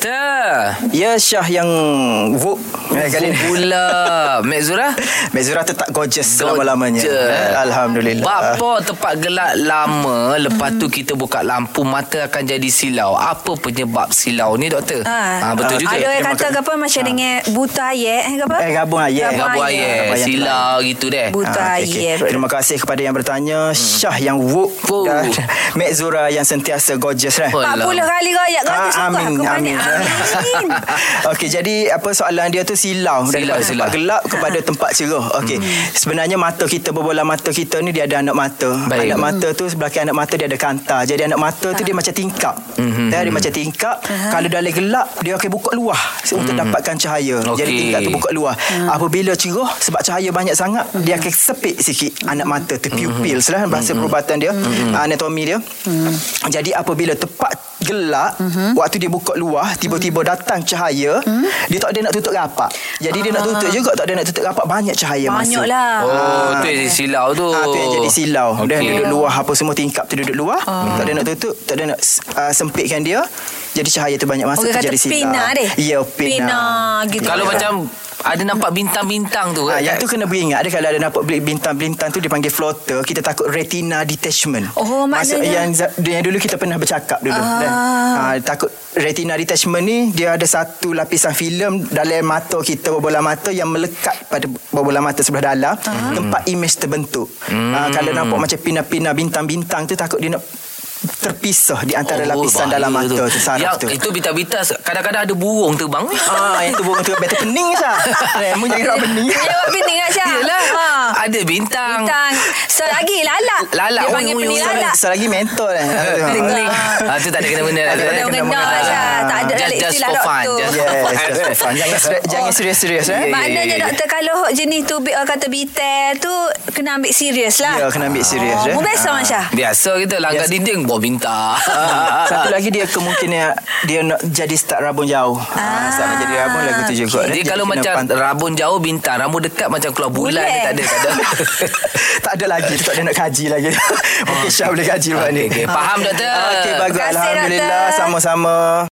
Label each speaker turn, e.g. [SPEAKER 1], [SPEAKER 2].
[SPEAKER 1] Doktor.
[SPEAKER 2] Ya Syah yang Vuk eh, kali ni.
[SPEAKER 1] Pula. Mek Zura.
[SPEAKER 2] Mek Zura tetap gorgeous selama-lamanya. Eh, Alhamdulillah. ah,
[SPEAKER 1] Bapa tempat gelap lama, lepas tu kita buka lampu mata akan jadi silau. Apa penyebab silau ni doktor?
[SPEAKER 3] Ah.
[SPEAKER 1] Ah, betul
[SPEAKER 2] Ah,
[SPEAKER 1] juga.
[SPEAKER 3] Ada
[SPEAKER 2] Dia
[SPEAKER 3] orang kata
[SPEAKER 2] makan- Ah.
[SPEAKER 3] ke apa macam dengan buta ayat eh ke apa?
[SPEAKER 2] Eh, gabung ayat.
[SPEAKER 1] Gabung
[SPEAKER 2] Ayat.
[SPEAKER 1] air,
[SPEAKER 2] Ayat.
[SPEAKER 1] silau gitu deh.
[SPEAKER 3] Buta
[SPEAKER 2] Ah, okey,
[SPEAKER 3] ayat.
[SPEAKER 2] okey. Terima kasih kepada yang bertanya Syah yang Vuk
[SPEAKER 1] Vuk.
[SPEAKER 2] dan Mek Zura yang sentiasa gorgeous lah.
[SPEAKER 1] Oh,
[SPEAKER 3] 40 kali raya kau tu
[SPEAKER 2] Ah,
[SPEAKER 3] syukur
[SPEAKER 2] amin,
[SPEAKER 3] aku
[SPEAKER 2] amin.
[SPEAKER 3] banyak. Amin.
[SPEAKER 2] Okey, jadi apa soalan dia tu silau
[SPEAKER 1] Silau,
[SPEAKER 2] daripada
[SPEAKER 1] Hmm. silau.
[SPEAKER 2] tempat gelap kepada tempat cerah. Okey. Sebenarnya mata kita berbola mata kita ni dia ada anak mata.
[SPEAKER 1] Baik.
[SPEAKER 3] Hmm.
[SPEAKER 2] Anak mata tu belakang anak mata dia ada kantar. Jadi anak mata tu dia
[SPEAKER 3] Ah.
[SPEAKER 2] macam tingkap.
[SPEAKER 1] Hmm,
[SPEAKER 2] Mm-hmm. Dia, dia macam tingkap. Kalau dalam gelap dia akan buka luah untuk dapatkan cahaya. Jadi
[SPEAKER 1] Hmm. Okey.
[SPEAKER 2] tingkap tu buka luah.
[SPEAKER 3] Hmm.
[SPEAKER 2] Apabila cerah sebab cahaya banyak sangat dia akan sepit sikit anak mata tu pupil lah bahasa perubatan dia, ah, anatomi dia.
[SPEAKER 3] Hmm.
[SPEAKER 2] Jadi apabila tepat gelap waktu dia buka luah tiba-tiba
[SPEAKER 3] Hmm.
[SPEAKER 2] datang cahaya dia tak ada nak tutup rapat jadi dia nak tutup juga tak ada nak tutup rapat banyak cahaya masuk
[SPEAKER 3] Ah. Banyaklah.
[SPEAKER 1] Oh, tu yang jadi silau tu.
[SPEAKER 2] Ah, tu yang jadi silau okay. Dan
[SPEAKER 1] Okey.
[SPEAKER 2] duduk luar Apa semua tingkap tu duduk luar
[SPEAKER 3] Ah.
[SPEAKER 2] Tak ada nak tutup Tak ada nak uh, sempitkan dia Jadi cahaya tu banyak masuk
[SPEAKER 3] Orang
[SPEAKER 2] tu
[SPEAKER 3] kata
[SPEAKER 2] jadi silau
[SPEAKER 3] pina deh.
[SPEAKER 2] Ya pina,
[SPEAKER 3] Pina gitu.
[SPEAKER 1] Kalau macam ada nampak bintang-bintang tu.
[SPEAKER 2] Ah,
[SPEAKER 1] kan?
[SPEAKER 2] yang tu kena beringat dia kalau ada nampak beli- bintang-bintang tu dipanggil floater kita takut retina detachment
[SPEAKER 3] Oh,
[SPEAKER 2] Maksud-
[SPEAKER 3] maknanya-
[SPEAKER 2] yang, za- yang dulu kita pernah bercakap dulu ah. kan ah, takut retina detachment ni dia ada satu lapisan filem dalam mata kita bola mata yang melekat pada bola mata sebelah dalam ah. tempat imej terbentuk
[SPEAKER 1] Hmm.
[SPEAKER 2] ah, kalau nampak macam pina-pina bintang-bintang tu takut dia nak terpisah di antara
[SPEAKER 1] Oh, bahaya
[SPEAKER 2] lapisan
[SPEAKER 1] Ya,
[SPEAKER 2] dalam mata tu, tu saraf
[SPEAKER 1] Yang
[SPEAKER 2] tu
[SPEAKER 1] Itu bintang-bintang kadang-kadang ada burung terbang.
[SPEAKER 2] Ah, yang tu burung tu betul pening sah. Remu jangan nak pening.
[SPEAKER 3] Jawab pening Aisyah.
[SPEAKER 1] Yelah.
[SPEAKER 3] Ha.
[SPEAKER 1] Ada bintang.
[SPEAKER 3] Bintang. Selagi lalak.
[SPEAKER 1] Lalak.
[SPEAKER 2] Oh,
[SPEAKER 3] Dia panggil
[SPEAKER 1] Uyuh,
[SPEAKER 3] pening
[SPEAKER 1] uyuh,
[SPEAKER 3] lalak.
[SPEAKER 2] Selagi mentol eh.
[SPEAKER 3] Pening.
[SPEAKER 1] Ah, tu tak ada kena-mena.
[SPEAKER 2] Tak ada
[SPEAKER 1] doktor, eh?
[SPEAKER 2] kena-mena,
[SPEAKER 1] Ah,
[SPEAKER 2] Aisyah. Tak ada lah,
[SPEAKER 1] just-
[SPEAKER 3] dalam
[SPEAKER 1] Just
[SPEAKER 3] istilah
[SPEAKER 1] for fun.
[SPEAKER 3] doktor.
[SPEAKER 1] just for
[SPEAKER 2] Yes,
[SPEAKER 1] fun.
[SPEAKER 2] just for fun. Jangan,
[SPEAKER 1] Oh.
[SPEAKER 2] seri- jangan serius-serius eh.
[SPEAKER 1] Ya, ya,
[SPEAKER 3] Maknanya
[SPEAKER 1] ya, ya.
[SPEAKER 3] doktor kalau jenis tu bi- orang kata bitel tu kena ambil serius lah.
[SPEAKER 2] Ya, kena ambil serius, eh.
[SPEAKER 3] Oh, biasa
[SPEAKER 2] Ah.
[SPEAKER 3] Masya.
[SPEAKER 1] Biasa kita langgar
[SPEAKER 2] Yes. Ah.
[SPEAKER 1] dinding bawa bintang. ah.
[SPEAKER 2] Satu lagi dia kemungkinan dia nak jadi start rabun jauh. Ah, start nak jadi rabun lagu tu juga.
[SPEAKER 1] Dia
[SPEAKER 2] Jadi
[SPEAKER 1] kalau
[SPEAKER 2] kena
[SPEAKER 1] macam
[SPEAKER 2] pant-
[SPEAKER 1] rabun jauh bintang, rabun dekat macam keluar bulan
[SPEAKER 3] Bulan.
[SPEAKER 1] dia tak ada tak ada.
[SPEAKER 2] tak ada lagi tu tak ada nak kaji lagi. Okey Syah boleh kaji buat ni.
[SPEAKER 1] Ah, Okey, okey. Faham, doktor.
[SPEAKER 2] Okey bagus
[SPEAKER 3] Terima kasih,
[SPEAKER 2] alhamdulillah
[SPEAKER 3] doktor.
[SPEAKER 2] sama-sama.